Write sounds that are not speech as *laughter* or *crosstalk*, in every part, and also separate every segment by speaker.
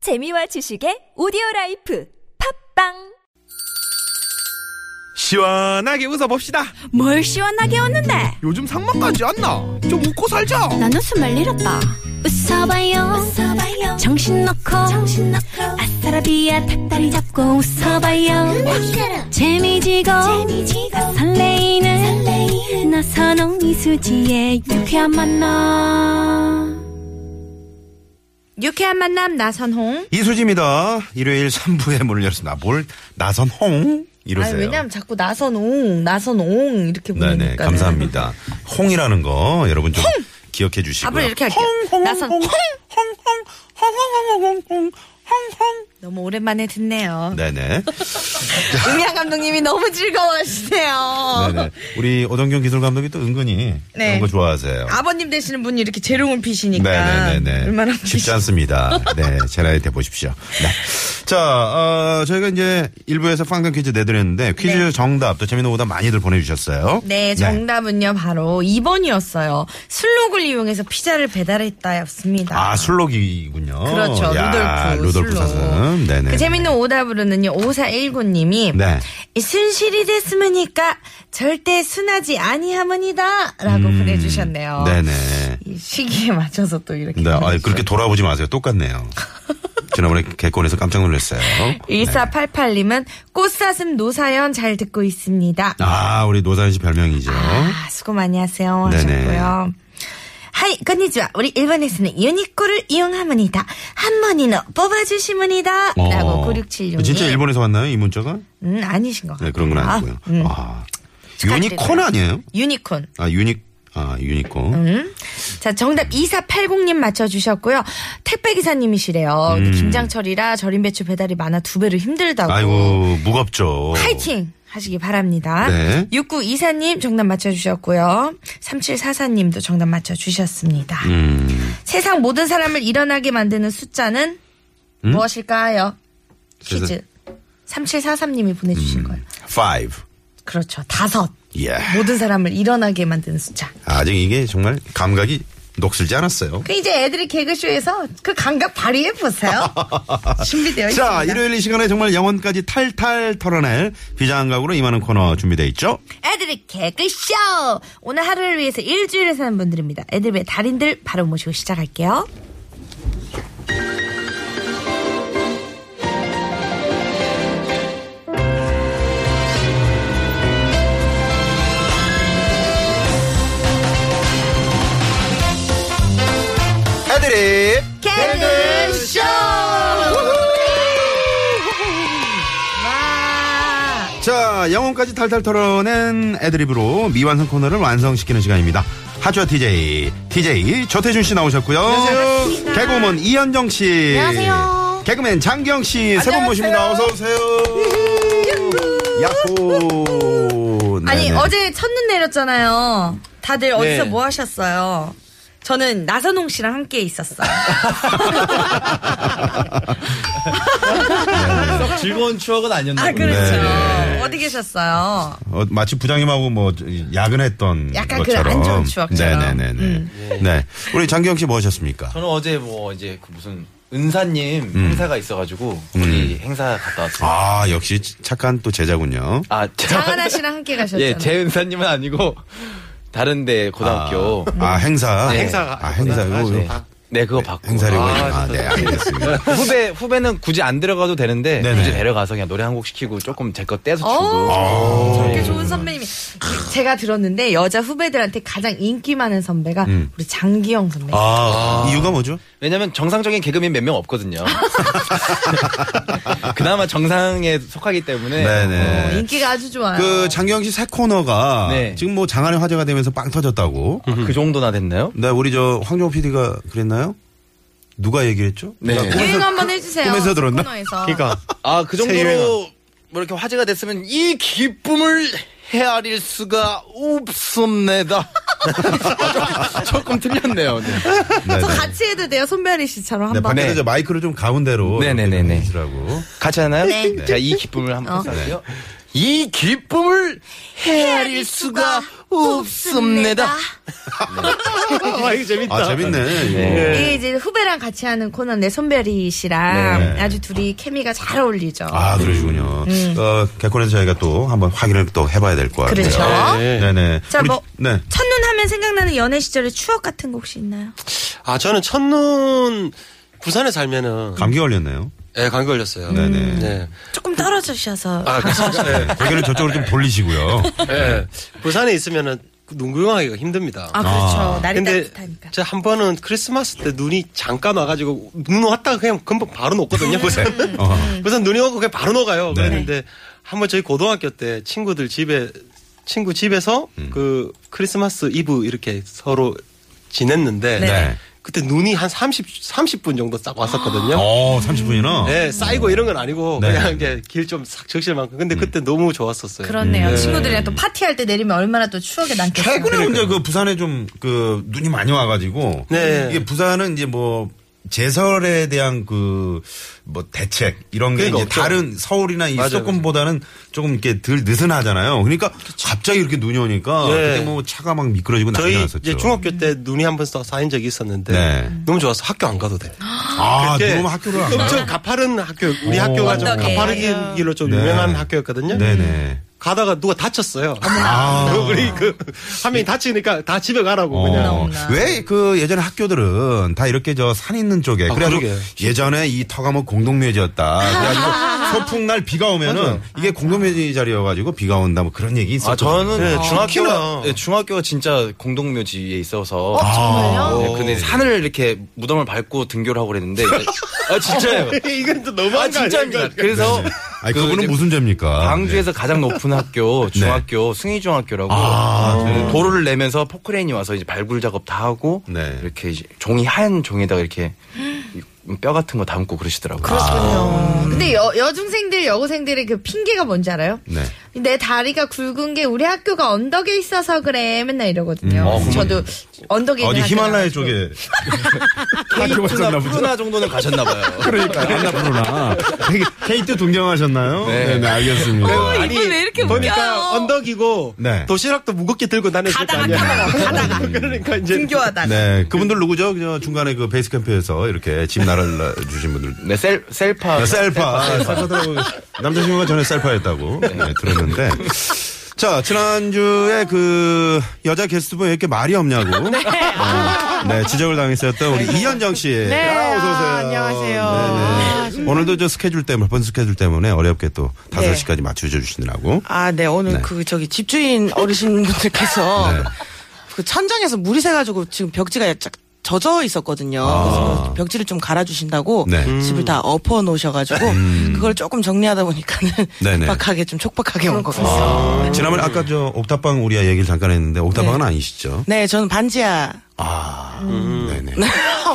Speaker 1: 재미와 지식의 오디오 라이프 팝빵
Speaker 2: 시원하게 웃어봅시다.
Speaker 3: 뭘 시원하게 웃는데
Speaker 2: 요즘 상만까지 안 나. 좀 웃고 살자.
Speaker 3: 난 웃음을 잃었다 웃어봐요, 웃어봐요. 정신 놓고 아싸라비아 닭다리 잡고 웃어봐요 재미지고, 설레이는, 나선홍 이수지의 유쾌한 만남
Speaker 4: 유쾌한 만남 나선홍.
Speaker 5: 이수지입니다. 일요일 3부에 문을 열었습니다. 뭘 나선홍
Speaker 4: 아니,
Speaker 5: 이러세요.
Speaker 4: 왜냐면 자꾸 나선홍, 나선홍 이렇게
Speaker 5: 네네
Speaker 4: 부르니까.
Speaker 5: 감사합니다. 홍이라는 거 여러분 좀 기억해 주시고요.
Speaker 4: 앞으로 이렇게 할게요. 나선홍. 너무 오랜만에 듣네요.
Speaker 5: 네네.
Speaker 4: *laughs* 음향 감독님이 너무 즐거워하시네요.
Speaker 5: 네네. 우리 오동경 기술 감독이 또 은근히
Speaker 4: 어. 네.
Speaker 5: 그런 거 좋아하세요.
Speaker 4: 아버님 되시는 분이 이렇게 재롱을 피시니까
Speaker 5: 네네네네.
Speaker 4: 얼마나
Speaker 5: 쉽지 않습니다. 네, 제 나이 대 보십시오. 네. 자, 어, 저희가 이제 일부에서 빵강 퀴즈 내드렸는데 퀴즈 정답 또 재미있는 오답 많이들 보내주셨어요.
Speaker 4: 네, 정답은요 바로 2번이었어요. 슬록을 이용해서 피자를 배달했다였습니다.
Speaker 5: 아, 술록이군요.
Speaker 4: 그렇죠.
Speaker 5: 어, 야,
Speaker 4: 루돌프.
Speaker 5: 루돌프
Speaker 4: 슬록.
Speaker 5: 사슴. 네네.
Speaker 4: 그 재밌는 오답으로는요, 5419님이.
Speaker 5: 네.
Speaker 4: 이 순실이 됐으니까 절대 순하지 아니하머니다. 라고 보내주셨네요.
Speaker 5: 음, 네네.
Speaker 4: 이 시기에 맞춰서 또 이렇게.
Speaker 5: 네, 아,
Speaker 4: 보내주셨어요.
Speaker 5: 그렇게 돌아보지 마세요.
Speaker 4: *laughs*
Speaker 5: 똑같네요. 지난번에 개콘에서 깜짝 놀랐어요. 네.
Speaker 4: 1488님은 꽃사슴 노사연 잘 듣고 있습니다.
Speaker 5: 아, 우리 노사연 씨 별명이죠.
Speaker 4: 아, 수고 많이 하세요.
Speaker 5: 네네.
Speaker 4: 하셨고요. 하이, 건니지와 우리 일본에서는 유니코를 이용하문이다. 한 번이너 뽑아주시문이다.
Speaker 5: 어.
Speaker 4: 라고 9676. 이.
Speaker 5: 진짜 일본에서 왔나요? 이 문자가?
Speaker 4: 음, 아니신 것 같아요.
Speaker 5: 네, 그런 건
Speaker 4: 아,
Speaker 5: 아니고요. 아,
Speaker 4: 음. 축하드립니다.
Speaker 5: 유니콘 아니에요?
Speaker 4: 유니콘.
Speaker 5: 아, 유니, 아, 유니콘.
Speaker 4: 음. 자, 정답 2480님 맞춰주셨고요. 택배기사님이시래요. 김장철이라 절임 배추 배달이 많아 두 배로 힘들다고.
Speaker 5: 음. 아이고, 무겁죠.
Speaker 4: 파이팅! 하시기 바랍니다.
Speaker 5: 네.
Speaker 4: 6924님 정답 맞춰주셨고요. 3744님도 정답 맞춰주셨습니다.
Speaker 5: 음,
Speaker 4: 세상 모든 사람을 일어나게 만드는 숫자는
Speaker 5: 음?
Speaker 4: 무엇일까요? 퀴즈. 3743님이 보내주신 거예요.
Speaker 5: five.
Speaker 4: 그렇죠. 다섯.
Speaker 5: 음. 예.
Speaker 4: 모든 사람을 일어나게 만드는 숫자.
Speaker 5: 아직 이게 정말 감각이 녹슬지 않았어요.
Speaker 4: 그 이제 애들이 개그쇼에서 그 감각 발휘해
Speaker 5: *laughs*
Speaker 4: 보세요. 준비되어
Speaker 5: 자,
Speaker 4: 있습니다.
Speaker 5: 일요일 이 시간에 정말 영혼까지 탈탈 털어낼 비장한 각으로 임하는 코너 준비되어 있죠?
Speaker 4: 애들이 개그쇼 오늘 하루를 위해서 일주일을 사는 분들입니다. 애들의 달인들 바로 모시고 시작할게요.
Speaker 5: 애들이
Speaker 4: 개그쇼 와
Speaker 5: 자, 영혼까지 탈탈 털어낸 애드립으로 미완성 코너를 완성시키는 시간입니다. 하주와 TJ, TJ 조태준 씨 나오셨고요.
Speaker 4: 안녕하세요.
Speaker 5: 개그우먼 이현정 씨.
Speaker 4: 안녕하세요.
Speaker 5: 개그맨 장경 씨. 세 분
Speaker 4: 안녕하세요.
Speaker 5: 모십니다. 어서 오세요. 야호.
Speaker 4: 아니
Speaker 5: 네네.
Speaker 4: 어제 첫눈 내렸잖아요. 다들 어디서
Speaker 2: 네.
Speaker 4: 뭐 하셨어요? 저는 나선홍 씨랑
Speaker 5: *laughs*
Speaker 4: 함께 있었어요.
Speaker 5: 아,
Speaker 2: 썩 즐거운 추억은 아니었나
Speaker 4: 아
Speaker 2: 보네.
Speaker 4: 그렇죠.
Speaker 5: 네.
Speaker 4: 어디 계셨어요?
Speaker 5: 어, 마치 부장님하고 뭐 야근했던
Speaker 4: 약간 그
Speaker 5: 것처럼.
Speaker 4: 안 좋은 추억처럼. 음.
Speaker 5: 네네네네. 네. 우리 장경 씨 뭐 하셨습니까?
Speaker 6: 저는 어제 뭐 이제 그 무슨 은사님 행사가 있어가지고 거기 행사 갔다 왔어요.
Speaker 5: 아 역시 착한 또 제자군요.
Speaker 6: 아,
Speaker 4: 장하나
Speaker 5: *laughs*
Speaker 4: 씨랑 함께 가셨잖아요.
Speaker 6: 예, 제 은사님은 아니고 다른데 고등학교.
Speaker 5: 아, 행사.
Speaker 6: 네.
Speaker 5: 아 행사. 이거
Speaker 6: 네.
Speaker 5: 박-
Speaker 6: 네, 그거 받고.
Speaker 5: 행사라고
Speaker 6: 아,
Speaker 5: 했나? 아, 네
Speaker 6: *laughs*
Speaker 5: 알겠습니다.
Speaker 6: 후배 후배는 굳이 안 들어가도 되는데
Speaker 5: 네네.
Speaker 6: 굳이 데려가서 그냥 노래 한 곡 시키고 조금 제 거 떼서 주고. 아.
Speaker 4: 오, 저렇게 좋은 선배님이 제- 제가 들었는데 여자 후배들한테 가장 인기 많은 선배가 우리 장기영 선배.
Speaker 5: 음.
Speaker 4: 님
Speaker 5: 아, 이유가 뭐죠?
Speaker 6: 왜냐면 정상적인 개그맨 몇 명 없거든요. *laughs* 그나마 정상에 속하기 때문에 어,
Speaker 5: 네네.
Speaker 4: 인기가 아주 좋아요.
Speaker 5: 그 장경 씨 새 코너가
Speaker 6: 네.
Speaker 5: 지금 뭐 장안의 화제가 되면서 빵 터졌다고.
Speaker 6: 어, 그 정도나 됐나요?
Speaker 5: 네 우리 저 황정호 PD가 그랬나요? 누가 얘기했죠?
Speaker 6: 네.
Speaker 5: 누가
Speaker 4: 유행
Speaker 5: 꿈에서-
Speaker 4: 한번 해주세요.
Speaker 5: 꿈에서 들었나?
Speaker 4: 코너에서.
Speaker 2: 그러니까
Speaker 6: 아 그
Speaker 2: 세일은.
Speaker 6: 정도로 뭐 이렇게 화제가 됐으면 이 기쁨을 헤아릴 수가 없습니다. *laughs* 조금 틀렸네요. 네.
Speaker 5: 네,
Speaker 4: 저
Speaker 5: 네.
Speaker 4: 같이 해도 돼요, 손별이 씨처럼
Speaker 5: 네,
Speaker 4: 한번.
Speaker 5: 밖에서
Speaker 6: 네.
Speaker 5: 저 마이크를 좀 가운데로
Speaker 6: 네네네네.
Speaker 5: 시라고
Speaker 6: 같이 하나요?
Speaker 4: 네.
Speaker 6: 제가 이 기쁨을
Speaker 4: 어.
Speaker 6: 한번 써요. 네. 이 기쁨을 헤아릴 수가 없습니다.
Speaker 2: 아, 이거 재밌다.
Speaker 5: 아, 재밌네. 이거.
Speaker 4: 이게 이제 후배랑 같이 하는 코너인데 손별이 씨랑
Speaker 5: 네.
Speaker 4: 아주 둘이 케미가 잘 어울리죠.
Speaker 5: 아, 그러시군요.
Speaker 4: 음.
Speaker 5: 어, 개콘에서 저희가 또 한번 확인을 또 해봐야 될 것 같아요.
Speaker 4: 그렇죠.
Speaker 5: 네. 네네.
Speaker 4: 자,
Speaker 5: 우리-
Speaker 4: 뭐
Speaker 5: 네.
Speaker 4: 첫눈 하면 생각나는 연애 시절의 추억 같은 거 혹시 있나요?
Speaker 7: 아 저는 첫눈 부산에 살면은
Speaker 5: 감기 걸렸네요.
Speaker 7: 예, 감기 걸렸어요.
Speaker 5: 네네.
Speaker 7: 네.
Speaker 4: 조금 떨어지셔서
Speaker 7: 아, 그
Speaker 5: 네, 고개를 저쪽으로 좀 돌리시고요.
Speaker 7: 예. 부산에 있으면은 농구용하기가 힘듭니다.
Speaker 4: 아 그렇죠. 날이
Speaker 7: 근데
Speaker 4: 따뜻하니까.
Speaker 7: 제가 한 번은 크리스마스 때 눈이 잠깐 와가지고 눈 왔다가 *laughs* 그냥 금방 바로
Speaker 4: 네.
Speaker 7: 녹거든요. 부산
Speaker 5: 어.
Speaker 7: 부산 눈이 오고 그냥 바로 녹아요.
Speaker 5: 네.
Speaker 7: 그랬는데 한 번 저희 고등학교 때 친구들 집에 친구 집에서
Speaker 5: 음.
Speaker 7: 그 크리스마스 이브 이렇게 서로 지냈는데
Speaker 5: 네.
Speaker 7: 그때 눈이 한 30, 30분 정도 딱 왔었거든요.
Speaker 5: 어, 30분이나?
Speaker 7: 네, 쌓이고 이런 건 아니고
Speaker 5: 네. 음.
Speaker 7: 그냥 이제 길 좀 싹 적실만큼. 근데 그때 너무 좋았었어요.
Speaker 4: 그렇네요. 친구들이랑 또 파티할 때 내리면 얼마나 또 추억에 남겠어요.
Speaker 5: 최근에 이제 그 부산에 좀 그 눈이 많이 와가지고
Speaker 7: 네.
Speaker 5: 이게 부산은 이제 뭐 제설에 대한 그 뭐 대책 이런 게
Speaker 7: 그러니까
Speaker 5: 이제
Speaker 7: 없죠.
Speaker 5: 다른 서울이나 이
Speaker 7: 맞아요,
Speaker 5: 수도권보다는 조금 이렇게 덜 느슨하잖아요. 그러니까 갑자기 이렇게 눈이 오니까
Speaker 7: 그렇죠. 네.
Speaker 5: 그때 뭐 차가 막 미끄러지고 난리
Speaker 7: 저희
Speaker 5: 났었죠.
Speaker 7: 이제 중학교 때 눈이 한 번 쌓인 적이 있었는데
Speaker 5: 네.
Speaker 7: 너무 좋아서 학교 안 가도 돼.
Speaker 5: 아,
Speaker 7: 그때
Speaker 5: 너무 학교를 안 가.
Speaker 7: 엄청 가파른 학교 우리 학교가 좀
Speaker 4: 어떡해요.
Speaker 7: 가파른 길로 좀
Speaker 5: 네.
Speaker 7: 유명한 학교였거든요.
Speaker 5: 네네.
Speaker 7: 가다가 누가 다쳤어요. *laughs*
Speaker 5: 아.
Speaker 7: 우리 그한 명이 다치니까 다 집에 가라고
Speaker 6: 어.
Speaker 5: 어.
Speaker 7: 그냥.
Speaker 5: 왜 그 예전에 학교들은 다 이렇게 저 산 있는 쪽에
Speaker 7: 아,
Speaker 5: 그래가지고
Speaker 7: 그러게.
Speaker 5: 예전에 이 터가뭐 공동묘지였다. 그래가지고 소풍 날 비가 오면은 이게 공동묘지 자리여가지고 비가 온다 뭐 그런 얘기 있었죠.
Speaker 6: 아, 저는
Speaker 7: 네,
Speaker 6: 중학교가,
Speaker 7: 좋기나.
Speaker 6: 네, 중학교가 진짜 공동묘지에 있어서.
Speaker 5: 정말요?
Speaker 6: 네, 근데 산을 이렇게 무덤을 밟고 등교를 하고 그랬는데. *laughs* 이제- 아, 진짜예요.
Speaker 7: *laughs* 이건 또 너무
Speaker 6: 아, 진짜입니다. 그래서.
Speaker 5: 네. 아니
Speaker 6: 그
Speaker 5: 그거는
Speaker 6: 이제
Speaker 5: 무슨 죄입니까?
Speaker 6: 광주에서 가장 높은 *laughs* 학교, 중학교, 승희중학교라고. 네, 도로를 내면서 포크레인이 와서 이제 발굴 작업 다 하고.
Speaker 5: 네.
Speaker 6: 이렇게 이제 종이, 하얀 종에다가 이렇게 뼈 같은 거 담고 그러시더라고요.
Speaker 4: 그렇군요. 근데 여, 여중생들, 여고생들의 그 핑계가 뭔지 알아요?
Speaker 5: 네.
Speaker 4: 내 다리가 굵은 게 우리 학교가 언덕에 있어서 그래. 맨날 이러거든요. 그래서 저도 언덕에
Speaker 5: 음.
Speaker 4: 있는
Speaker 5: 어, 네. 어디
Speaker 4: 학교
Speaker 5: 히말라야
Speaker 4: 나가지고.
Speaker 5: 쪽에
Speaker 8: 그렇죠. 아,
Speaker 6: 케이트나 푸르나 정도는 *laughs* 가셨나봐요.
Speaker 5: 그러니까 *laughs* 안나 부르나 케이트 동경하셨나요?
Speaker 6: 네. 어,
Speaker 5: 네, 네, 알겠습니다.
Speaker 7: 아니 왜 어, 이렇게 보니까 언덕이고
Speaker 5: 네.
Speaker 7: 도시락도 무겁게 들고 다녔을 거 아니야. *laughs* 가다가 그러니까 이제
Speaker 4: 등교하다가.
Speaker 5: 네 그분들 누구죠? 저 중간에 그 베이스 캠프에서 이렇게 집 날아 주신 분들
Speaker 6: 네, 셀, 셀파.
Speaker 5: 셀파. 셀파더라고 남자친구가 전에 셀파였다고 네, 들었는데. 자, 지난주에 그 여자 게스트분 왜 이렇게 말이 없냐고. 네. 네, 지적을 당했었던 우리 이현정 씨. 네. 어서오세요. 네, 아, 안녕하세요. 네. 네네. 오늘도 저 스케줄 때문에, 번 스케줄 때문에 어렵게 또 5시까지 맞춰주시느라고.
Speaker 8: 아, 네. 오늘
Speaker 5: 네.
Speaker 8: 그 저기 집주인 어르신분들께서
Speaker 5: *laughs* 네.
Speaker 8: 그 천장에서 물이 새가지고 지금 벽지가 약간 젖어 있었거든요. 그래서 그 벽지를 좀 갈아주신다고
Speaker 5: 아. 네. 음.
Speaker 8: 집을 다 엎어 놓으셔가지고 그걸 조금 정리하다 보니까는
Speaker 5: 네네.
Speaker 8: 빡하게 좀 촉박하게 온 것 같아요.
Speaker 5: 지난번에 아까 네. 저 옥탑방 우리야 얘기를 잠깐 했는데 옥탑방은 아니시죠?
Speaker 8: 네, 저는 반지하.
Speaker 5: 아, 네네.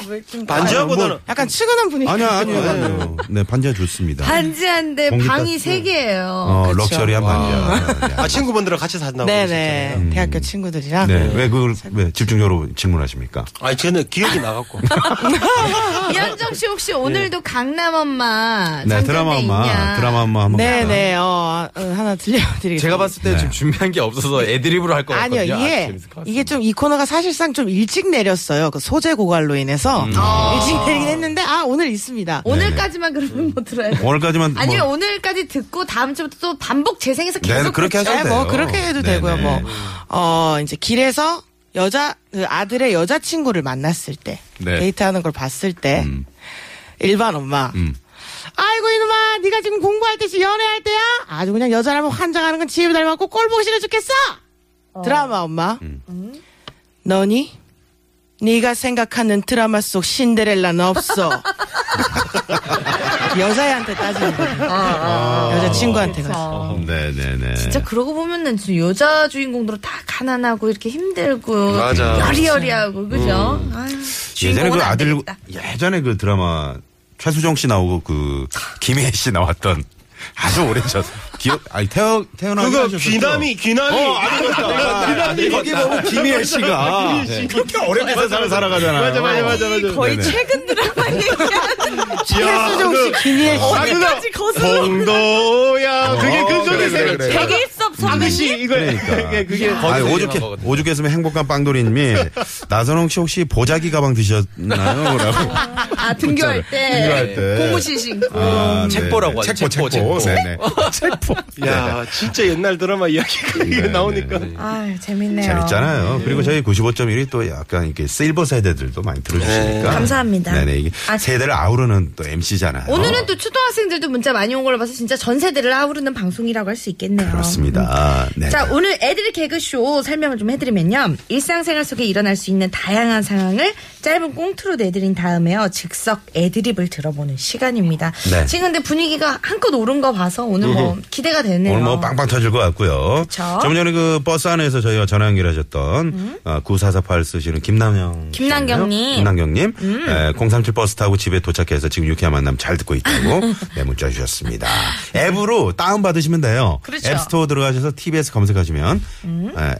Speaker 8: 왜좀
Speaker 5: 아,
Speaker 7: 반지하고는
Speaker 5: 뭐
Speaker 8: 약간 측은한 분위기.
Speaker 5: 아니요, 아니요, 아니요. 네, 반지하 좋습니다.
Speaker 4: 반지한데
Speaker 5: 공기
Speaker 4: 방이
Speaker 5: 따뜻해.
Speaker 4: 세
Speaker 5: *laughs*
Speaker 4: 개예요.
Speaker 5: 어, 럭셔리한 반지하. 네.
Speaker 7: 아 친구분들이랑 같이 산다고
Speaker 8: 네네.
Speaker 7: 그러셨잖아요.
Speaker 8: 대학교 친구들이랑.
Speaker 5: 네. 왜 그걸 왜 집중적으로 질문하십니까?
Speaker 7: 아니 저는 기억이 나갖고.
Speaker 4: 이현정 씨 혹시 오늘도 강남 엄마
Speaker 5: 예. 네,
Speaker 4: 상장돼
Speaker 5: 드라마 엄마,
Speaker 4: 있냐?
Speaker 5: 드라마 엄마 한번 볼까요?
Speaker 8: 네네. 어, 어, 하나 들려드리겠습니다.
Speaker 6: 제가 봤을 때
Speaker 5: 네.
Speaker 6: 지금 준비한 게 없어서 애드립으로 할 것 같거든요.
Speaker 8: 아니요,
Speaker 6: 아,
Speaker 8: 이게,
Speaker 6: 재밌을 것 같습니다.
Speaker 8: 이게 좀 이 코너가 사실상 좀 일찍 내렸어요. 그 소재 고갈로 인해서.
Speaker 6: 음.
Speaker 8: 일찍 내리긴 했는데, 아, 오늘 있습니다.
Speaker 4: 오늘까지만 그러면 못 들어요.
Speaker 5: 오늘까지만 네, 뭐-
Speaker 4: 아니면 오늘까지 듣고 다음 주부터 또 반복 재생해서
Speaker 5: 네,
Speaker 4: 계속
Speaker 5: 그렇게
Speaker 4: 듣죠.
Speaker 5: 하셔도
Speaker 8: 네,
Speaker 5: 돼요.
Speaker 8: 뭐, 그렇게 해도
Speaker 5: 네네.
Speaker 8: 되고요. 뭐, 어, 이제 길에서 여자, 그 아들의 여자친구를 만났을 때,
Speaker 5: 네. 음.
Speaker 8: 데이트하는 걸 봤을 때, 일반 엄마. 아이고 이놈아 네가 지금 공부할 때지 연애할 때야 아주 그냥 여자라면 환장하는 건 지혜를 닮았고 꼴보기 싫어 죽겠어 드라마 엄마
Speaker 5: 음.
Speaker 8: 너니 네가 생각하는 드라마 속 신데렐라는 없어 *laughs* 여자애한테 따지는 거야 여자친구한테 가서
Speaker 5: 어, 네네네.
Speaker 4: 진짜 그러고 보면은 진짜 여자 주인공들은 다 가난하고 이렇게 힘들고
Speaker 7: *laughs* 맞아.
Speaker 4: 여리여리하고 그죠? 아유,
Speaker 5: 음. 예전에
Speaker 4: 주인공은
Speaker 5: 그
Speaker 4: 안
Speaker 5: 아들
Speaker 4: 되겠다.
Speaker 5: 예전에 그 드라마 최수정 씨 나오고 그 김혜애 씨 나왔던 *laughs* 아주 오래전 기억 아니 태어 태어나
Speaker 7: 그거 귀남이 어, 귀남이
Speaker 5: 거기 보면 김희애
Speaker 7: 아,
Speaker 5: 씨가 네. 그렇게 어렵게 세상을 살아가잖아요. 어. 맞아 맞아 맞아 맞아.
Speaker 9: 거의 최근 드라마 얘기하는
Speaker 8: 최수종 씨, 김희애 씨.
Speaker 9: 어디까지 거슬러
Speaker 7: 봉도야 그게
Speaker 5: 어, 그래,
Speaker 7: 그거는
Speaker 5: 그래, 그래.
Speaker 7: 생각
Speaker 9: 백일섭
Speaker 7: 아저씨
Speaker 9: 선배님
Speaker 7: 이거
Speaker 5: 그러니까.
Speaker 7: 그게 그게
Speaker 5: 아, 오죽해, 오죽했으면 행복한 빵돌이님이 나선홍 씨 혹시 보자기 가방 드셨나요? 라고.
Speaker 9: 아 등교할 때
Speaker 5: 등교할 그 때.
Speaker 9: 고무신 신고
Speaker 5: 아, 네.
Speaker 6: 책보라고 하죠,
Speaker 5: 책보,
Speaker 6: 책보,
Speaker 5: *laughs* 책보.
Speaker 6: 책보.
Speaker 5: 네네.
Speaker 7: 야 네, 진짜 옛날 드라마 이야기가 이거 나오니까
Speaker 4: 아 재밌네요.
Speaker 5: 재밌잖아요. 그리고 저희 95.1이 또 약간 이렇게 실버 세대들도 많이 들어주시니까.
Speaker 7: 네.
Speaker 4: 감사합니다. 아,
Speaker 5: 네네. 이게 세대를 아우르는 또 MC잖아요.
Speaker 4: 오늘은 또 초등학생들도 문자 많이 온 걸로 봐서 진짜 전 세대를 아우르는 방송이라고 할 수 있겠네요.
Speaker 5: 그렇습니다. 네.
Speaker 4: 자, 오늘 애들 개그쇼 설명을 좀 해드리면요. 일상생활 속에 일어날 수 있는 다양한 상황을 짧은 꽁트로 내드린 다음에요. 즉석 애드립을 들어보는 시간입니다.
Speaker 5: 네.
Speaker 4: 지금 근데 분위기가 한껏 오른 거 봐서 오늘 뭐 기대가 되네요. 어.
Speaker 5: 오늘 뭐 빵빵 터질 것 같고요.
Speaker 4: 그쵸.
Speaker 5: 좀 전에 그 버스 안에서 저희가 전화 연결하셨던 어, 9448 쓰시는 김남영.
Speaker 4: 음. 김남경님. 음.
Speaker 5: 씨였나요? 김남경님. 에, 037 버스 타고 집에 도착해서 지금 유쾌한 만남 잘 듣고
Speaker 4: *laughs*
Speaker 5: 있다고 네, 문자 주셨습니다. 앱으로 다운받으시면 돼요.
Speaker 4: 그렇죠. 음.
Speaker 5: 앱스토어 들어가셔서 TBS 검색하시면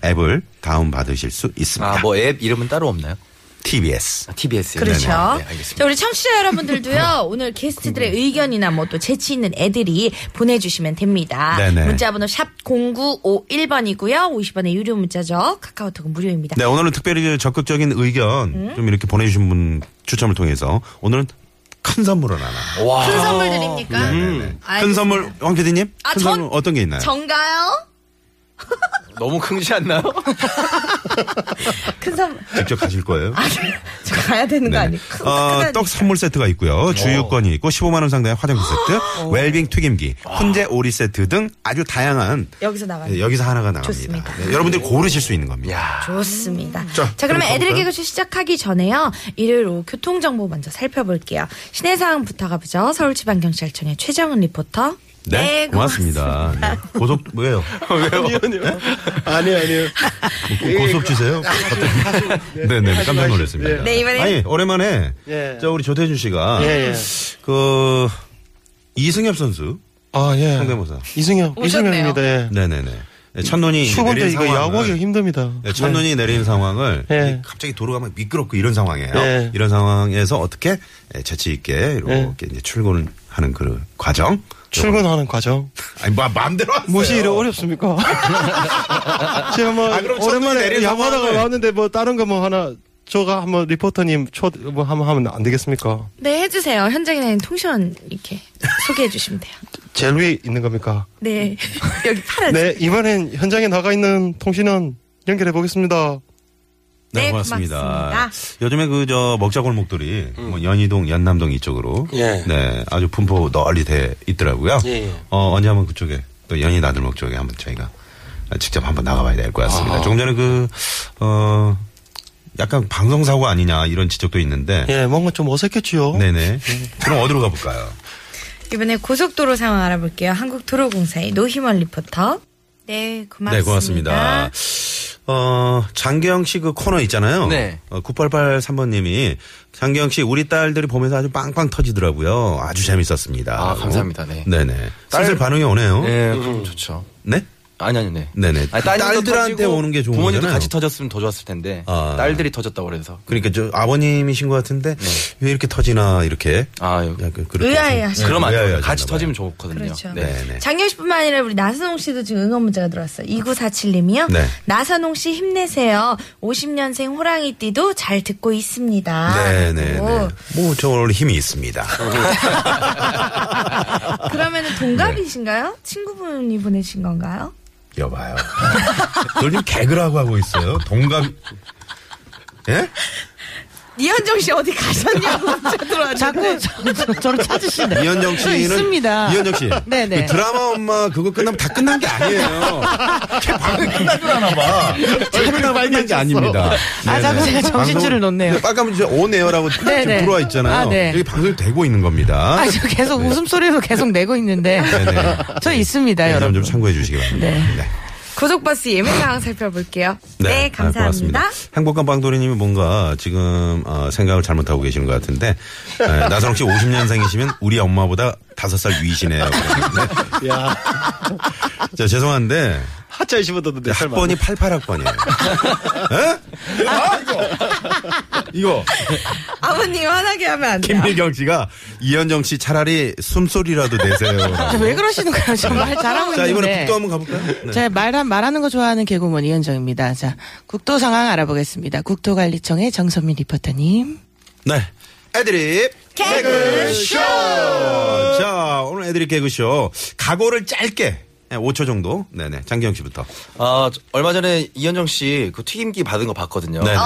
Speaker 5: 에, 앱을 다운받으실 수 있습니다.
Speaker 6: 아, 뭐 앱 이름은 따로 없나요?
Speaker 5: TBS.
Speaker 6: 아, TBS요.
Speaker 4: 그렇죠.
Speaker 6: 네, 알겠습니다.
Speaker 4: 자, 우리 청취자 여러분들도요, 오늘 게스트들의 의견이나 뭐 또 재치 있는 애들이 보내주시면 됩니다.
Speaker 5: 네네.
Speaker 4: 문자번호 샵0951번이고요. 50원의 유료 문자죠. 카카오톡은 무료입니다.
Speaker 5: 네, 오늘은 특별히 그 적극적인 의견
Speaker 4: 음.
Speaker 5: 좀 이렇게 보내주신 분 추첨을 통해서 오늘은 큰 선물을 하나.
Speaker 6: 아,
Speaker 4: 큰 선물 드립니까?
Speaker 5: 큰
Speaker 4: 알겠습니다.
Speaker 5: 선물, 황 PD님?
Speaker 4: 아,
Speaker 5: 큰
Speaker 4: 전-
Speaker 5: 선물 어떤 게 있나요?
Speaker 4: 전가요?
Speaker 6: 너무 *laughs* 큰지 않나요?
Speaker 4: 큰 선물. *laughs*
Speaker 5: 직접 하실 거예요?
Speaker 4: 아, 저 가야 되는 거
Speaker 5: 네.
Speaker 4: 아니에요? 큰- 큰
Speaker 5: 어,
Speaker 4: 아니-
Speaker 5: 떡 선물 세트가 있고요. 주유권이 있고 15만 원 상당의 화장품 세트, 웰빙 튀김기, 훈제 오리 세트 등 아주 다양한
Speaker 4: 여기서 나가요.
Speaker 5: 네, 여기서 하나가 나갑니다.
Speaker 4: 좋습니다.
Speaker 5: 네, 여러분들이 고르실 수 있는 겁니다.
Speaker 4: 좋습니다. 자,
Speaker 5: 자,
Speaker 4: 그러면
Speaker 5: 그럼
Speaker 4: 애들
Speaker 5: 가볼까요?
Speaker 4: 개그쇼 시작하기 전에요. 일요일 오후 교통정보 먼저 살펴볼게요. 시내 상황부터 가보죠. 서울지방경찰청의 최정은 리포터.
Speaker 5: 네, 고맙습니다. 네. 고속 왜요?
Speaker 7: 아, 아니요 아니요 예,
Speaker 5: 고- 고속 주세요.
Speaker 7: 아,
Speaker 5: 네, 네, 깜짝 놀랐습니다.
Speaker 4: 네, 이번엔-
Speaker 5: 아니 오랜만에
Speaker 7: 예.
Speaker 5: 저 우리 조태준 씨가
Speaker 7: 예, 예.
Speaker 5: 그 이승엽 선수
Speaker 7: 아예
Speaker 5: 성대모사.
Speaker 7: 이승엽 이승엽입니다 예.
Speaker 5: 네, 네, 네. 첫눈이 이제
Speaker 7: 추운데
Speaker 5: 내린
Speaker 7: 이거
Speaker 5: 상황을-
Speaker 7: 야구하기 힘듭니다
Speaker 5: 네, 첫눈이 내리는 상황을
Speaker 7: 예.
Speaker 5: 갑자기 도로가 막 미끄럽고 이런 상황이에요.
Speaker 7: 예.
Speaker 5: 이런 상황에서 어떻게 예, 재치 있게 이렇게
Speaker 7: 예.
Speaker 5: 이제 출근하는 그 과정.
Speaker 7: 출근하는 과정
Speaker 5: 아니 뭐 마음대로 하세요.
Speaker 7: 무엇이 이래 어렵습니까? *laughs* 제가 뭐
Speaker 5: 아, 그럼 첫눈에
Speaker 7: 오랜만에
Speaker 5: 내린
Speaker 7: 야구하다가
Speaker 5: 상황을-
Speaker 7: 나왔는데 뭐 다른 거 뭐 하나 저가 한번 리포터님 초뭐 한번 하면 안 되겠습니까?
Speaker 4: 네, 해주세요. 현장에 있는 통신 이렇게 소개해 주시면 돼요.
Speaker 7: 제일 위에 있는 겁니까?
Speaker 5: *laughs*
Speaker 4: 네. 여기 파란.
Speaker 7: 네 이번엔 현장에 나가 있는 통신원 연결해 보겠습니다.
Speaker 5: 네,
Speaker 4: 네,
Speaker 5: 고맙습니다.
Speaker 4: 고맙습니다.
Speaker 5: 요즘에 그 저 먹자 골목들이 뭐 연희동, 연남동 이쪽으로
Speaker 7: 음. 예.
Speaker 5: 네 아주 분포 널리 돼 있더라고요.
Speaker 7: 예, 예.
Speaker 5: 어 언제 한번 그쪽에 또 연희 나들목 쪽에 한번 저희가 직접 한번 나가봐야 될 것 같습니다.
Speaker 7: 아.
Speaker 5: 조금 전에 그, 그어 약간 방송 사고 아니냐 이런 지적도 있는데
Speaker 7: 예 뭔가 좀 어색했지요.
Speaker 5: 네네. 그럼 어디로 가볼까요?
Speaker 4: 이번에 고속도로 상황 알아볼게요. 한국도로공사의 노희원 리포터. 네, 고맙습니다.
Speaker 5: 네, 고맙습니다. 어, 장경 씨 그 코너 있잖아요.
Speaker 6: 네.
Speaker 5: 어, 9883번님이 장경 씨 우리 딸들이 보면서 아주 빵빵 터지더라고요. 아주 재밌었습니다.
Speaker 6: 아, 감사합니다. 네.
Speaker 5: 네네. 슬슬 반응이 오네요.
Speaker 6: 예, 그럼 좋죠.
Speaker 5: 네?
Speaker 6: 아니 아니 네.
Speaker 5: 네네. 그
Speaker 6: 아니,
Speaker 5: 딸들한테 오는 게 좋은
Speaker 6: 부모님도
Speaker 5: 거잖아요.
Speaker 6: 같이 터졌으면 더 좋았을 텐데
Speaker 5: 아.
Speaker 6: 딸들이 터졌다고 그래서
Speaker 5: 그러니까 저 아버님이신 것 같은데
Speaker 6: 네.
Speaker 5: 왜 이렇게 터지나 이렇게.
Speaker 6: 아
Speaker 5: 약간 네, 그렇게
Speaker 4: 의아해 하시
Speaker 6: 그럼 안 돼요.
Speaker 5: 의아해하셨나
Speaker 6: 같이
Speaker 5: 봐요.
Speaker 6: 터지면 좋거든요.
Speaker 4: 그렇죠.
Speaker 6: 네.
Speaker 5: 네네.
Speaker 4: 장경 씨뿐만 아니라 우리 나선홍 씨도 지금 응원 문자가 들어왔어요. 2947님이요.
Speaker 5: 네.
Speaker 4: 나선홍 씨 힘내세요. 50년생 호랑이띠도 잘 듣고 있습니다.
Speaker 6: 아,
Speaker 5: 네네네.
Speaker 4: 오,
Speaker 5: 뭐, 저 원래 힘이 있습니다. 네. *laughs*
Speaker 4: 그러면 은 동갑이신가요? 친구분이 보내신 건가요?
Speaker 5: 여봐요. *laughs* 그걸 지금 개그라고 하고 있어요. 동갑. 예?
Speaker 4: 이현정 씨 어디 가셨냐고
Speaker 5: *laughs*
Speaker 4: 문자 들어왔는데.
Speaker 8: 자꾸 저- 저를 찾으시네.
Speaker 5: 이현정
Speaker 8: 저
Speaker 5: 씨는
Speaker 8: 있습니다.
Speaker 5: 이현정 씨.
Speaker 8: 네네.
Speaker 5: 그 드라마 엄마 그거 끝나면 다 끝난 게 아니에요. 걔 방금 끝난 줄 아나 봐. 얼마나 끝난 게 아닙니다.
Speaker 8: 아, 자꾸 제가 정신줄을 놓네요.
Speaker 5: 빨간 이제 온에어라고 지금
Speaker 8: 네네.
Speaker 5: 들어와 있잖아요.
Speaker 8: 아, 네.
Speaker 5: 여기 방송이 되고 있는 겁니다.
Speaker 8: 아, 저 계속 웃음소리로 계속 내고 있는데.
Speaker 5: 네. 네네. 네,
Speaker 8: 저 있습니다,
Speaker 5: 이 점
Speaker 8: 여러분.
Speaker 5: 좀 참고해 주시기 바랍니다.
Speaker 8: 네.
Speaker 4: 고속버스 예매 상황 살펴볼게요. 네,
Speaker 5: 아,
Speaker 4: 감사합니다.
Speaker 5: 고맙습니다. 행복한 빵돌이님이 뭔가 지금 어, 생각을 잘못하고 계시는 것 같은데 에, 나선홍 씨 50년생이시면 우리 엄마보다 5살 위이시네요. 그러는데. 자, 죄송한데 네,
Speaker 7: 하차 25도도 몇 살 많아.
Speaker 5: 학번이 88학번이에요. 이거
Speaker 4: 아버님 화나게 하면 안 돼요.
Speaker 5: 김미경 씨가 이현정 씨 차라리 숨소리라도 내세요.
Speaker 4: 아,
Speaker 8: 왜 그러시는 거예요? 정말 잘하고
Speaker 5: 자
Speaker 8: 있는데.
Speaker 5: 이번에 북도 한번 가볼까요? 네.
Speaker 8: 자, 말, 말하는 거 좋아하는 개구먼 이현정입니다. 자, 국토 상황 알아보겠습니다. 국토관리청의 정선미 리포터님.
Speaker 5: 네. 애드립 개그쇼! 자, 오늘 애드립 개그쇼. 각오를 짧게. 네, 5초 정도. 네네. 장기영 씨부터.
Speaker 6: 아, 저- 얼마 전에 이현정 씨 그 튀김기 받은 거 봤거든요.
Speaker 5: 네네.
Speaker 8: 네,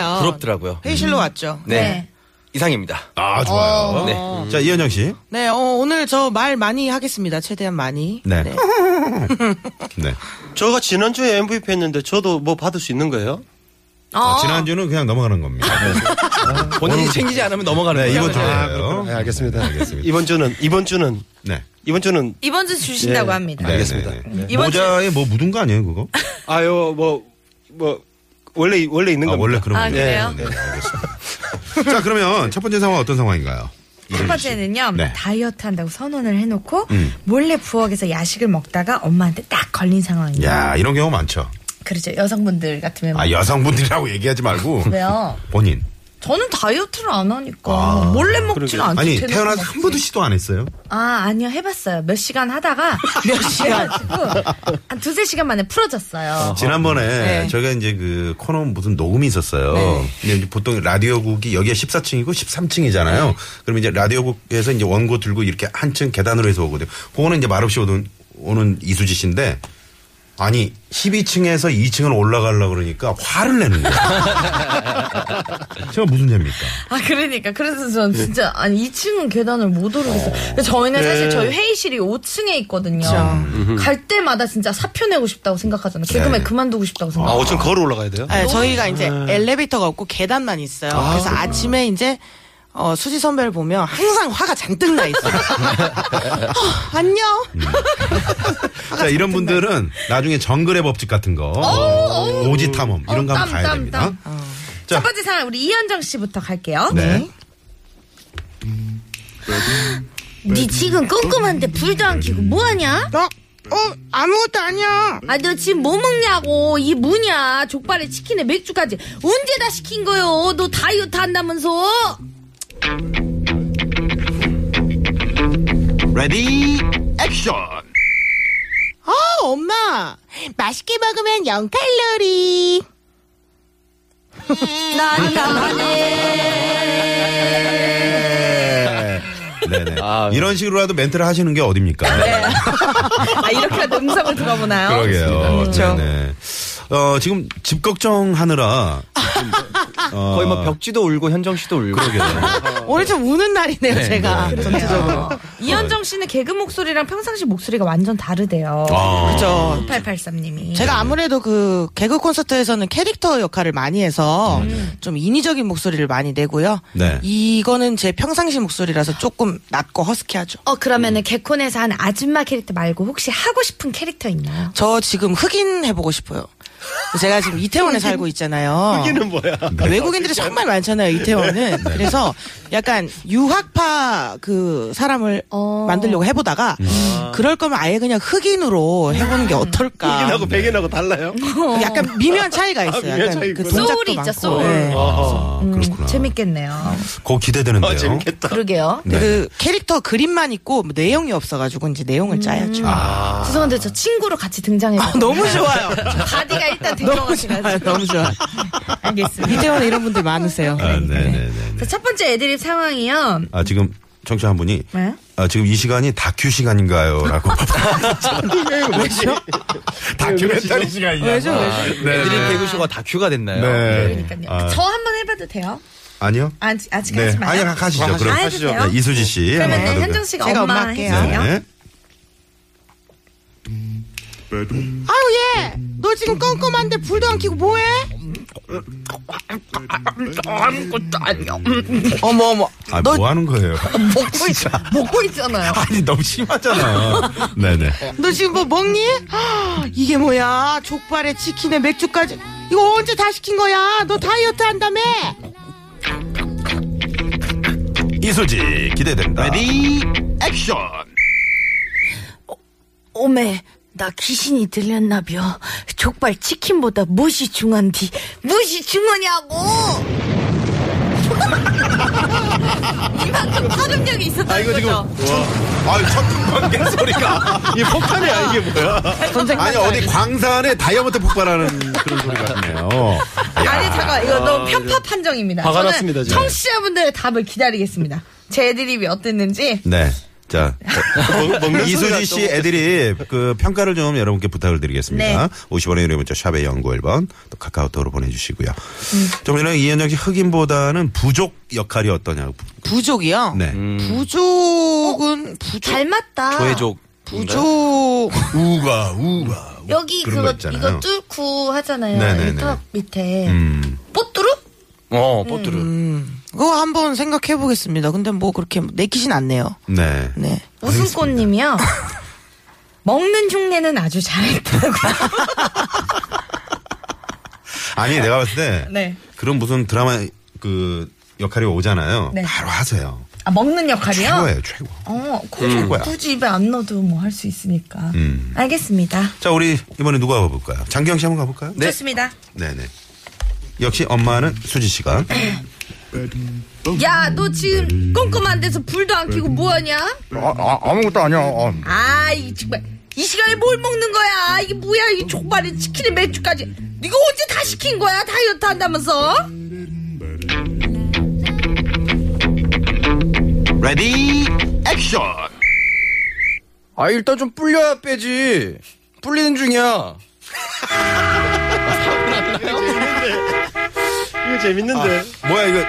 Speaker 8: 어,
Speaker 6: 부럽더라고요.
Speaker 8: 회의실로 왔죠.
Speaker 6: 네. 이상입니다.
Speaker 5: 아, 좋아요. 네. 자, 이현정 씨.
Speaker 8: 네, 어, 오늘 저 말 많이 하겠습니다. 최대한 많이.
Speaker 5: 네. *laughs* 네.
Speaker 7: 저가 지난주에 MVP 했는데 저도 뭐 받을 수 있는 거예요?
Speaker 5: 아, 지난주는 그냥 넘어가는 겁니다.
Speaker 6: 본인이 챙기지 않으면 넘어가는
Speaker 5: 뭐- 네,
Speaker 6: 거예요.
Speaker 5: 이번 주에.
Speaker 2: 아, 그렇구나. 네, 알겠습니다.
Speaker 5: 알겠습니다.
Speaker 7: 이번 주는 이번 주는
Speaker 5: 네.
Speaker 7: 이번 주는
Speaker 4: 이번 주 주신다고 합니다.
Speaker 5: 네,
Speaker 6: 알겠습니다.
Speaker 5: 네, 네. 모자에 뭐 묻은 거 아니에요, 그거?
Speaker 7: 아유 뭐 뭐 원래 원래 있는
Speaker 5: 아,
Speaker 7: 겁니다.
Speaker 5: 원래 그런
Speaker 4: 아,
Speaker 5: 거예요.
Speaker 4: 그래요?
Speaker 5: 네, 네, 알겠습니다. 자, 그러면 첫 번째 상황 어떤 상황인가요?
Speaker 4: 첫 번째는요
Speaker 5: 네.
Speaker 4: 다이어트 한다고 선언을 해놓고
Speaker 5: 음.
Speaker 4: 몰래 부엌에서 야식을 먹다가 엄마한테 딱 걸린 상황이에요.
Speaker 5: 야, 이런 경우 많죠.
Speaker 4: 그렇죠 여성분들 같으면
Speaker 5: 아, 여성분들이라고 얘기하지 말고.
Speaker 4: 왜요?
Speaker 5: 본인.
Speaker 4: 저는 다이어트를 안 하니까
Speaker 5: 아,
Speaker 4: 몰래 먹지는 않죠.
Speaker 5: 아니,
Speaker 4: 대놓고
Speaker 5: 태어나서
Speaker 4: 먹지.
Speaker 5: 한 번도 시도 안 했어요?
Speaker 4: 아 아니요 해봤어요 몇
Speaker 5: *laughs*
Speaker 4: 시간 하다가 몇 시간 한 두세 시간 만에 풀어졌어요.
Speaker 5: 지난번에
Speaker 8: 네.
Speaker 5: 저희가 이제 그 코너 무슨 녹음이 있었어요.
Speaker 4: 네.
Speaker 5: 근데 이제 보통 라디오국이 여기가 14층이고 13층이잖아요.
Speaker 4: 네.
Speaker 5: 그러면 이제 라디오국에서 이제 원고 들고 이렇게 한층 계단으로 해서 오거든요. 그거는 이제 말없이 오는, 오는 이수지 씨인데 아니 12층에서 2층을 올라가려고 그러니까 화를 내는 거예요. 제가 무슨 죄입니까?
Speaker 4: 아 그러니까 그래서 전
Speaker 5: 네.
Speaker 4: 진짜 아니 2층은 계단을 못 오르겠어요. 그래서 저희는 사실 저희 회의실이 5층에 있거든요. 갈 때마다 진짜 사표 내고 싶다고 생각하잖아요. 개그맨
Speaker 5: 네.
Speaker 4: 그만두고 싶다고
Speaker 7: 아,
Speaker 4: 생각.
Speaker 7: 어쩜 걸어 올라가야 돼요?
Speaker 8: 네, 저희가 이제 엘리베이터가 없고 계단만 있어요. 그래서 아침에 이제 어, 수지 선배를 보면 항상 화가 잔뜩 나 *laughs* 있어요. 어, 안녕.
Speaker 5: 자, 이런 분들은 나중에 정글의 법칙 같은 거, 오지 탐험 이런 거 한번
Speaker 4: 어, 땀,
Speaker 5: 가야
Speaker 4: 땀,
Speaker 5: 됩니다.
Speaker 4: 땀. 어.
Speaker 5: 자.
Speaker 4: 첫 번째 사람 우리 이현정 씨부터 갈게요.
Speaker 5: 네.
Speaker 9: 네 지금 꼼꼼한데 불도 안 켜고 뭐하냐?
Speaker 8: 어, 어, 아무것도 아니야.
Speaker 9: 아 너 지금 뭐 먹냐고 이 뭐냐 족발에 치킨에 맥주까지 언제 다 시킨 거요? 너 다이어트 한다면서?
Speaker 6: 레디 액션.
Speaker 8: 어, 엄마. 맛있게 먹으면 0칼로리.
Speaker 5: 네. 네네. 이런 식으로라도 멘트를 하시는 게 어딥니까?
Speaker 4: 네.
Speaker 5: 네.
Speaker 4: 아 이렇게 음성을 들어보나요?
Speaker 5: 그러게요. 네네. 어, 지금 집 걱정하느라. 어,
Speaker 6: 거의
Speaker 5: 아.
Speaker 6: 뭐 벽지도 울고 현정 씨도 울고. 아,
Speaker 8: 오늘 좀 우는 날이네요, 제가.
Speaker 4: 그래요. 이현정 씨는 개그 목소리랑 평상시 목소리가 완전 다르대요.
Speaker 8: 어.
Speaker 5: 아,
Speaker 8: 그죠.
Speaker 4: 883님이.
Speaker 8: 제가 아무래도 그 개그 콘서트에서는 캐릭터 역할을 많이 해서 좀 인위적인 목소리를 많이 내고요.
Speaker 5: 네.
Speaker 8: 이거는 제 평상시 목소리라서 조금 낮고 허스키하죠.
Speaker 4: 어 그러면은 개콘에서 한 아줌마 캐릭터 말고 혹시 하고 싶은 캐릭터 있나요?
Speaker 8: 저 지금 흑인 해보고 싶어요. 제가 지금 이태원에 살고 있잖아요. 흑인은 뭐야?
Speaker 7: 네.
Speaker 8: 외국인들이 정말 많잖아요, 이태원은. 그래서 약간 유학파 그 사람을
Speaker 4: 어.
Speaker 8: 만들려고 해보다가
Speaker 7: 음.
Speaker 8: 그럴 거면 아예 그냥 흑인으로 해보는 게 어떨까. 네. 어.
Speaker 7: 백인하고 백인하고 달라요? 아,
Speaker 8: 약간 미묘한 차이가 있어요.
Speaker 7: 미묘한
Speaker 8: 약간
Speaker 7: 차이
Speaker 8: 그
Speaker 7: 있구나. 어.
Speaker 8: 동작도
Speaker 4: 소울이 있죠,
Speaker 8: 많고.
Speaker 4: 소울.
Speaker 8: 네.
Speaker 5: 아, 그렇구나.
Speaker 4: 음,
Speaker 5: 아,
Speaker 4: 재밌겠네요.
Speaker 5: 그거 기대되는데요.
Speaker 7: 아, 재밌겠다.
Speaker 4: 그러게요.
Speaker 8: 근데
Speaker 5: 네.
Speaker 8: 그 캐릭터 그림만 있고 뭐 내용이 없어가지고 이제 내용을
Speaker 7: 음.
Speaker 8: 짜야죠.
Speaker 7: 아.
Speaker 5: 아.
Speaker 4: 죄송한데 저 친구로 같이 등장해요.
Speaker 8: 아, *laughs* 너무
Speaker 7: *laughs*
Speaker 8: 좋아요. *laughs*
Speaker 4: 바디가 일단
Speaker 8: 너무 좋아요.
Speaker 4: 등장하시가지고
Speaker 8: 너무 좋아.
Speaker 4: 알겠습니다.
Speaker 8: 이태원에 이런 분들 많으세요.
Speaker 5: 아, 네네네.
Speaker 4: 자, 첫 번째 애드립 상황이요.
Speaker 5: 아, 지금 청취한 분이.
Speaker 4: 네?
Speaker 5: 아, 지금 이 시간이 다큐 시간인가요? 라고. *laughs* 다큐멘터리 시간이냐.
Speaker 8: 아, 왜죠? 왜죠?
Speaker 6: 네. 애들이 개그쇼가 다큐가 됐나요?
Speaker 5: 아, 네.
Speaker 4: 그러니까요.
Speaker 5: 아,
Speaker 4: 저 한번 해봐도 돼요?
Speaker 5: 아니요?
Speaker 4: 아, 직 아직
Speaker 5: 네.
Speaker 4: 하지 마요.
Speaker 5: 아니, 가시죠. 그럼.
Speaker 4: 아, 해도 돼요?
Speaker 5: 네, 이수지 씨. 한번 네.
Speaker 4: 그러면
Speaker 5: 가도록-
Speaker 4: 현정 씨가
Speaker 8: 제가
Speaker 4: 엄마
Speaker 8: 엄마 할게요.
Speaker 4: 해주세요.
Speaker 5: 네.
Speaker 8: 아유 얘, 너 지금 껌껌한데 불도 안 켜고 뭐해?
Speaker 6: 네.
Speaker 8: 어머 어머,
Speaker 5: 아,
Speaker 8: 너
Speaker 5: 뭐 하는 *laughs* 거예요?
Speaker 4: 먹고, 있, 먹고 있잖아요.
Speaker 5: 아니, 너무 심하잖아. 네네.
Speaker 8: 너 지금 뭐 먹니? 아, 이게 뭐야? 족발에 치킨에 맥주까지 이거 언제 다 시킨 거야? 너 다이어트 한다며?
Speaker 5: 이수지, 기대된다.
Speaker 6: 아, 레디 액션
Speaker 9: 오메, 나 귀신이 들렸나벼. 족발 치킨보다 무엇이 중한디? 무엇이
Speaker 4: *laughs*
Speaker 9: 중하냐고! 이만큼 파급력이
Speaker 6: 아
Speaker 9: 있었다는
Speaker 6: 이거 지금
Speaker 9: 거죠.
Speaker 5: 아유, 첫등반개 소리가.
Speaker 6: 이 폭탄이야 이게 뭐야
Speaker 5: 아니, 어디 광산에 다이아몬드 폭발하는 그런 소리 같네요.
Speaker 4: 아니 잠깐 이거 너무 편파 판정입니다.
Speaker 7: 화가
Speaker 4: 저는
Speaker 7: 났습니다, 지금.
Speaker 4: 청취자분들의 답을 기다리겠습니다. 제 애드립이 어땠는지
Speaker 5: 네. 자,
Speaker 7: 먹는 소리가
Speaker 5: 이수지 씨 애드립 그 평가를 좀 여러분께 부탁을 드리겠습니다.
Speaker 4: 네.
Speaker 5: 50원의 유료 문자 샵의 연구 1번 또 카카오톡으로 보내주시고요. 좀 전에 이현정 씨 흑인보다는 부족 역할이 어떠냐고.
Speaker 8: 부족이요?
Speaker 5: 네. 어?
Speaker 8: 부족은 부족
Speaker 9: 닮았다.
Speaker 6: 조회족
Speaker 8: 부족
Speaker 5: 우가 우가. 우-
Speaker 9: 여기
Speaker 5: 그런 거
Speaker 9: 그거,
Speaker 5: 있잖아요.
Speaker 9: 이거 뚫고 하잖아요.
Speaker 5: 네네네.
Speaker 9: 여기 턱 밑에.
Speaker 5: 음.
Speaker 9: 뽀뚜루?
Speaker 6: 어 뽀뚜르
Speaker 8: 그거 한번 생각해 보겠습니다. 근데 뭐 그렇게 내키진 않네요.
Speaker 5: 네.
Speaker 8: 네.
Speaker 4: 웃음꽃님이요. 먹는 흉내는 아주 잘했다고. *laughs*
Speaker 5: 아니 내가 봤을 때
Speaker 4: *laughs* 네.
Speaker 5: 그런 무슨 드라마 그 역할이 오잖아요.
Speaker 4: 네.
Speaker 5: 바로 하세요.
Speaker 4: 아, 먹는 역할이요?
Speaker 5: 최고예요, 최고.
Speaker 4: 어, 굳이,
Speaker 5: 최고야.
Speaker 4: 굳이 입에 안 넣어도 뭐 할 수 있으니까.
Speaker 5: 음.
Speaker 4: 알겠습니다.
Speaker 5: 자, 우리 이번에 누가 가볼까요? 장경 씨 한번 가볼까요?
Speaker 4: 좋습니다.
Speaker 5: 네, 네. 역시 엄마는 수지 씨가.
Speaker 9: 야, 너 지금 꼼꼼한 데서 불도 안 켜고 뭐하냐?
Speaker 6: 아, 아, 아무것도 아니야 어.
Speaker 9: 아, 이 정말 이 시간에 뭘 먹는 거야? 이게 뭐야? 이 족발에 치킨에 맥주까지. 이거 언제 다 시킨 거야? 다이어트 한다면서?
Speaker 6: 레디 액션 아 일단 좀 불려야 빼지 불리는 중이야
Speaker 5: 아,
Speaker 7: 이거 재밌는데.
Speaker 5: *laughs* 뭐야 이거?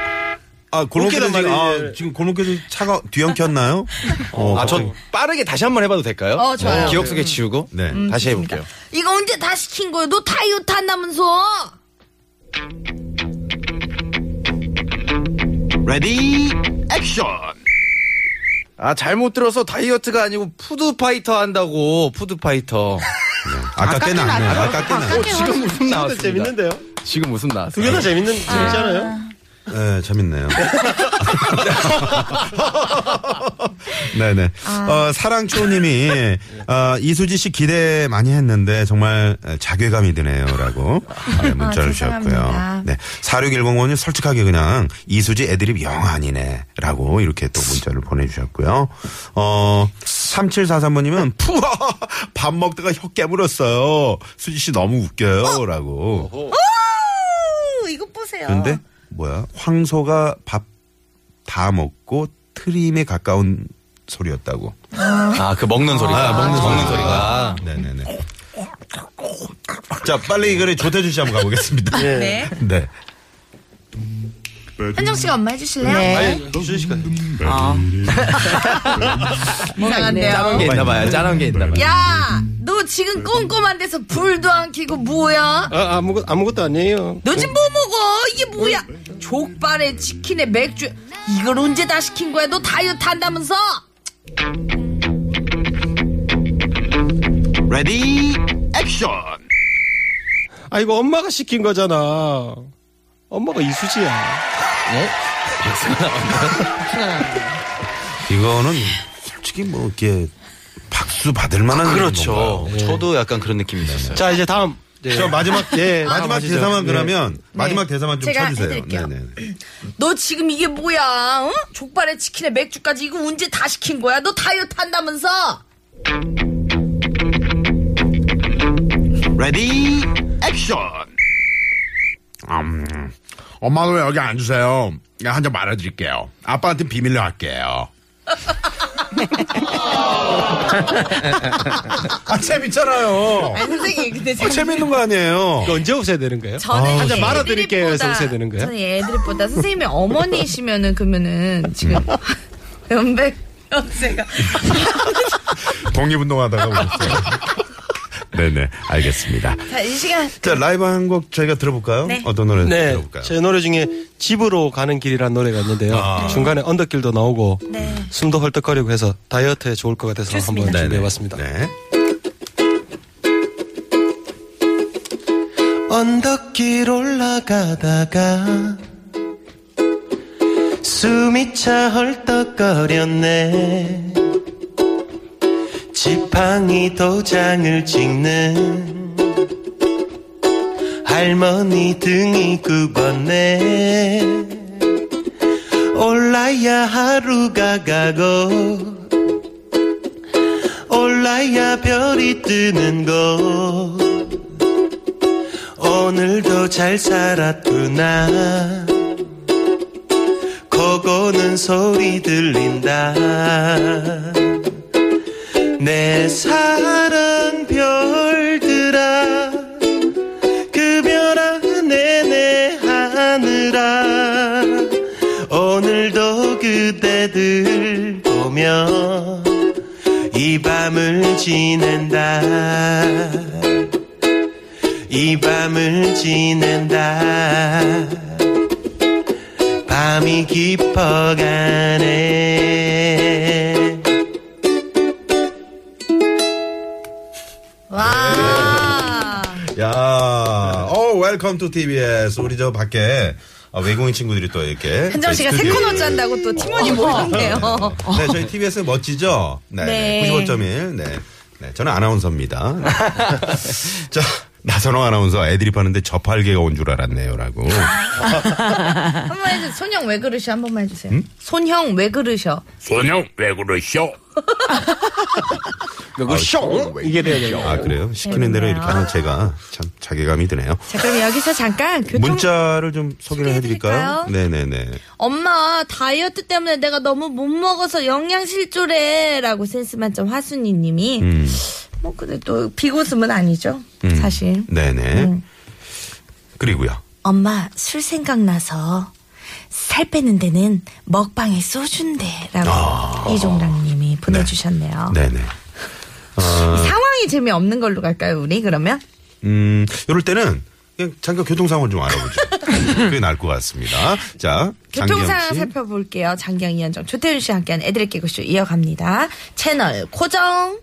Speaker 5: 아 골목길에
Speaker 7: 웃기단
Speaker 5: 지금,
Speaker 7: 말이지.
Speaker 5: 아, 지금 골목길에 차가 뒤엉켰나요? 어,
Speaker 6: 아 저
Speaker 5: 갑자기.
Speaker 6: 빠르게 다시 한 번 해봐도 될까요?
Speaker 4: 어, 좋아요.
Speaker 6: 기억 속에 지우고 음,
Speaker 5: 네.
Speaker 6: 다시 해볼게요
Speaker 9: 이거 언제 다 시킨 거야? 너 다이어트 한다면서?
Speaker 6: 레디 액션 아 잘못 들어서 다이어트가 아니고 푸드파이터 한다고 푸드파이터
Speaker 5: 아까 때는 안 나요. 아까 때는.
Speaker 6: 오, 지금 웃음
Speaker 7: 근데
Speaker 6: 나왔습니다
Speaker 7: 재밌는데요?
Speaker 6: 지금 웃음
Speaker 7: 두 개
Speaker 6: 나왔어요
Speaker 7: 다 재밌는 재밌잖아요.
Speaker 5: 네, 재밌네요. 네네.
Speaker 4: 아.
Speaker 5: 어, 사랑초님이, 어, 이수지 씨 기대 많이 했는데 정말 자괴감이 드네요. 라고 네, 문자를 주셨고요.
Speaker 4: 아, 죄송합니다.
Speaker 5: 네. 46105님 솔직하게 그냥 이수지 애드립 영 아니네. 라고 이렇게 또 문자를 보내주셨고요. 어, 3743번님은 *laughs* 푸아! 밥 먹다가 혀 깨물었어요. 수지 씨 너무 웃겨요. 라고.
Speaker 4: 오, 이거 보세요.
Speaker 5: 근데 뭐야 황소가 밥 다 먹고 트림에 가까운 소리였다고.
Speaker 6: 아 그 먹는 소리가 아. 먹는, 소리가
Speaker 5: 네네네. 자 빨리 이거를 조태준 씨 한번 가보겠습니다.
Speaker 4: 네.
Speaker 5: 네.
Speaker 9: 현정 씨가 엄마 해주실래요? 네.
Speaker 4: 이상한데요.
Speaker 6: 짜놓은 게 있나 봐요 짜놓은 게 있나 봐요
Speaker 9: 야, 너 지금 꼼꼼한 데서 불도 안 켜고 뭐야?
Speaker 7: 아, 아무 아무것도 아니에요.
Speaker 9: 너 지금 뭐 먹어? 이게 뭐야? 족발에 치킨에 맥주. 이걸 언제 다 시킨 거야? 너 다이어트 한다면서?
Speaker 6: 레디 액션
Speaker 7: 아 이거 엄마가 시킨 거잖아. 엄마가 이수지야.
Speaker 5: 이거는 솔직히 뭐 이렇게 박수 받을 만한
Speaker 6: 그렇죠
Speaker 5: 건가요?
Speaker 6: 저도 약간 그런 느낌이 있었어요
Speaker 7: 자 이제 다음. 네.
Speaker 5: 저 마지막 예 마지막
Speaker 6: 네.
Speaker 7: 아시죠?
Speaker 5: 대사만
Speaker 7: 예.
Speaker 5: 그러면 마지막 대사만 좀
Speaker 4: 제가
Speaker 5: 쳐주세요.
Speaker 4: 해드릴게요.
Speaker 5: 네네.
Speaker 9: 너 지금 이게 뭐야? 어? 족발에 치킨에 맥주까지 이거 언제 다 시킨 거야? 너 다이어트 한다면서?
Speaker 6: 레디 액션
Speaker 10: 음, 엄마도 왜 여기 앉으세요? 그냥 한잔 말아드릴게요. 아빠한테 비밀로 *laughs* 할게요.
Speaker 5: 아 재밌잖아요.
Speaker 4: 아니, 선생님, 근데
Speaker 5: 아, 재밌는 거 아니에요.
Speaker 7: 이거 언제 없애야 되는 거예요?
Speaker 4: 저는
Speaker 7: 한잔
Speaker 4: 이
Speaker 7: 말아드릴게요 해서
Speaker 4: 애드립보다-
Speaker 7: 없애야 되는 거예요?
Speaker 4: 저는 이 애드립보다 선생님의 어머니시면은 그러면은 지금
Speaker 9: *laughs*
Speaker 4: 연백 연세가
Speaker 5: 독립운동하다가 울었어요. *laughs* 네네. 알겠습니다.
Speaker 11: 자, 이 시간.
Speaker 5: 자, 라이브 한 곡 저희가 들어볼까요?
Speaker 11: 네.
Speaker 5: 어떤 노래
Speaker 12: 네,
Speaker 5: 들어볼까요?
Speaker 12: 제 노래 중에 집으로 가는 길이라는 노래가 있는데요.
Speaker 5: 아.
Speaker 12: 중간에 언덕길도 나오고 숨도 헐떡거리고 해서 다이어트에 좋을 것 같아서 한번
Speaker 5: 네네.
Speaker 12: 준비해봤습니다.
Speaker 5: 네.
Speaker 7: 언덕길 올라가다가 숨이 차 헐떡거렸네 지팡이 도장을 찍는 할머니 등이 굽었네 올라야 하루가 가고 올라야 별이 뜨는 곳 오늘도 잘 살았구나 고고는 소리 들린다 내 사랑 별들아 그별아 내내 하느라 오늘도 그대들 보며 이 밤을 지낸다 이 밤을 지낸다 밤이 깊어가네
Speaker 4: 와.
Speaker 5: 야, 어, 웰컴 투 TBS. 우리 저 밖에 아, 외국인 친구들이 또 이렇게.
Speaker 4: 한정 씨가
Speaker 5: 저희
Speaker 4: 세
Speaker 5: 스튜디오에 어.
Speaker 4: 코너 짠다고 또 팀원이 모였네요.
Speaker 5: 네, 저희 TBS 멋지죠? 네.
Speaker 4: 네.
Speaker 5: 95.1. 네. 네, 저는 아나운서입니다. *laughs* 네. 자, 나선홍 아나운서 애드립 하는데 저팔계가 온 줄 알았네요. 라고.
Speaker 4: 한번 해주세요. 손형 왜 그러셔? 한 번만 해주세요. 손형 왜 그러셔?
Speaker 10: 소녀 왜 그러쇼?
Speaker 13: 왜 그러쇼? 이게 돼야겠네요.
Speaker 5: 아, 그래요? 시키는 대로 이렇게 하면 제가 참 자괴감이 드네요.
Speaker 11: 자, 그럼 여기서 잠깐 교통.
Speaker 5: 문자를 좀 소개를 해드릴까요? 네네네.
Speaker 4: 엄마 다이어트 때문에 내가 너무 못 먹어서 영양실조래라고 센스 만점 하순이님이
Speaker 5: 음.
Speaker 4: 뭐 근데 또 비고슴은 아니죠
Speaker 5: 음.
Speaker 4: 사실
Speaker 5: 네네.
Speaker 4: 음.
Speaker 5: 그리고요.
Speaker 4: 엄마 술 생각나서 살 빼는 데는 먹방에 소주인데라고 이종랑님이 보내주셨네요
Speaker 5: 아. 네. 네네. 어,
Speaker 4: 상황이 재미없는 걸로 갈까요 우리 그러면
Speaker 5: 음, 요럴 때는 그냥 잠깐 교통상황 좀 *laughs* 알아보죠. 그게 나을 것 같습니다. 자, 장기영
Speaker 4: 교통상
Speaker 5: 씨.
Speaker 4: 살펴볼게요 장경 이현정 조태윤 씨와 함께한 애들의 개그쇼 이어갑니다 채널 고정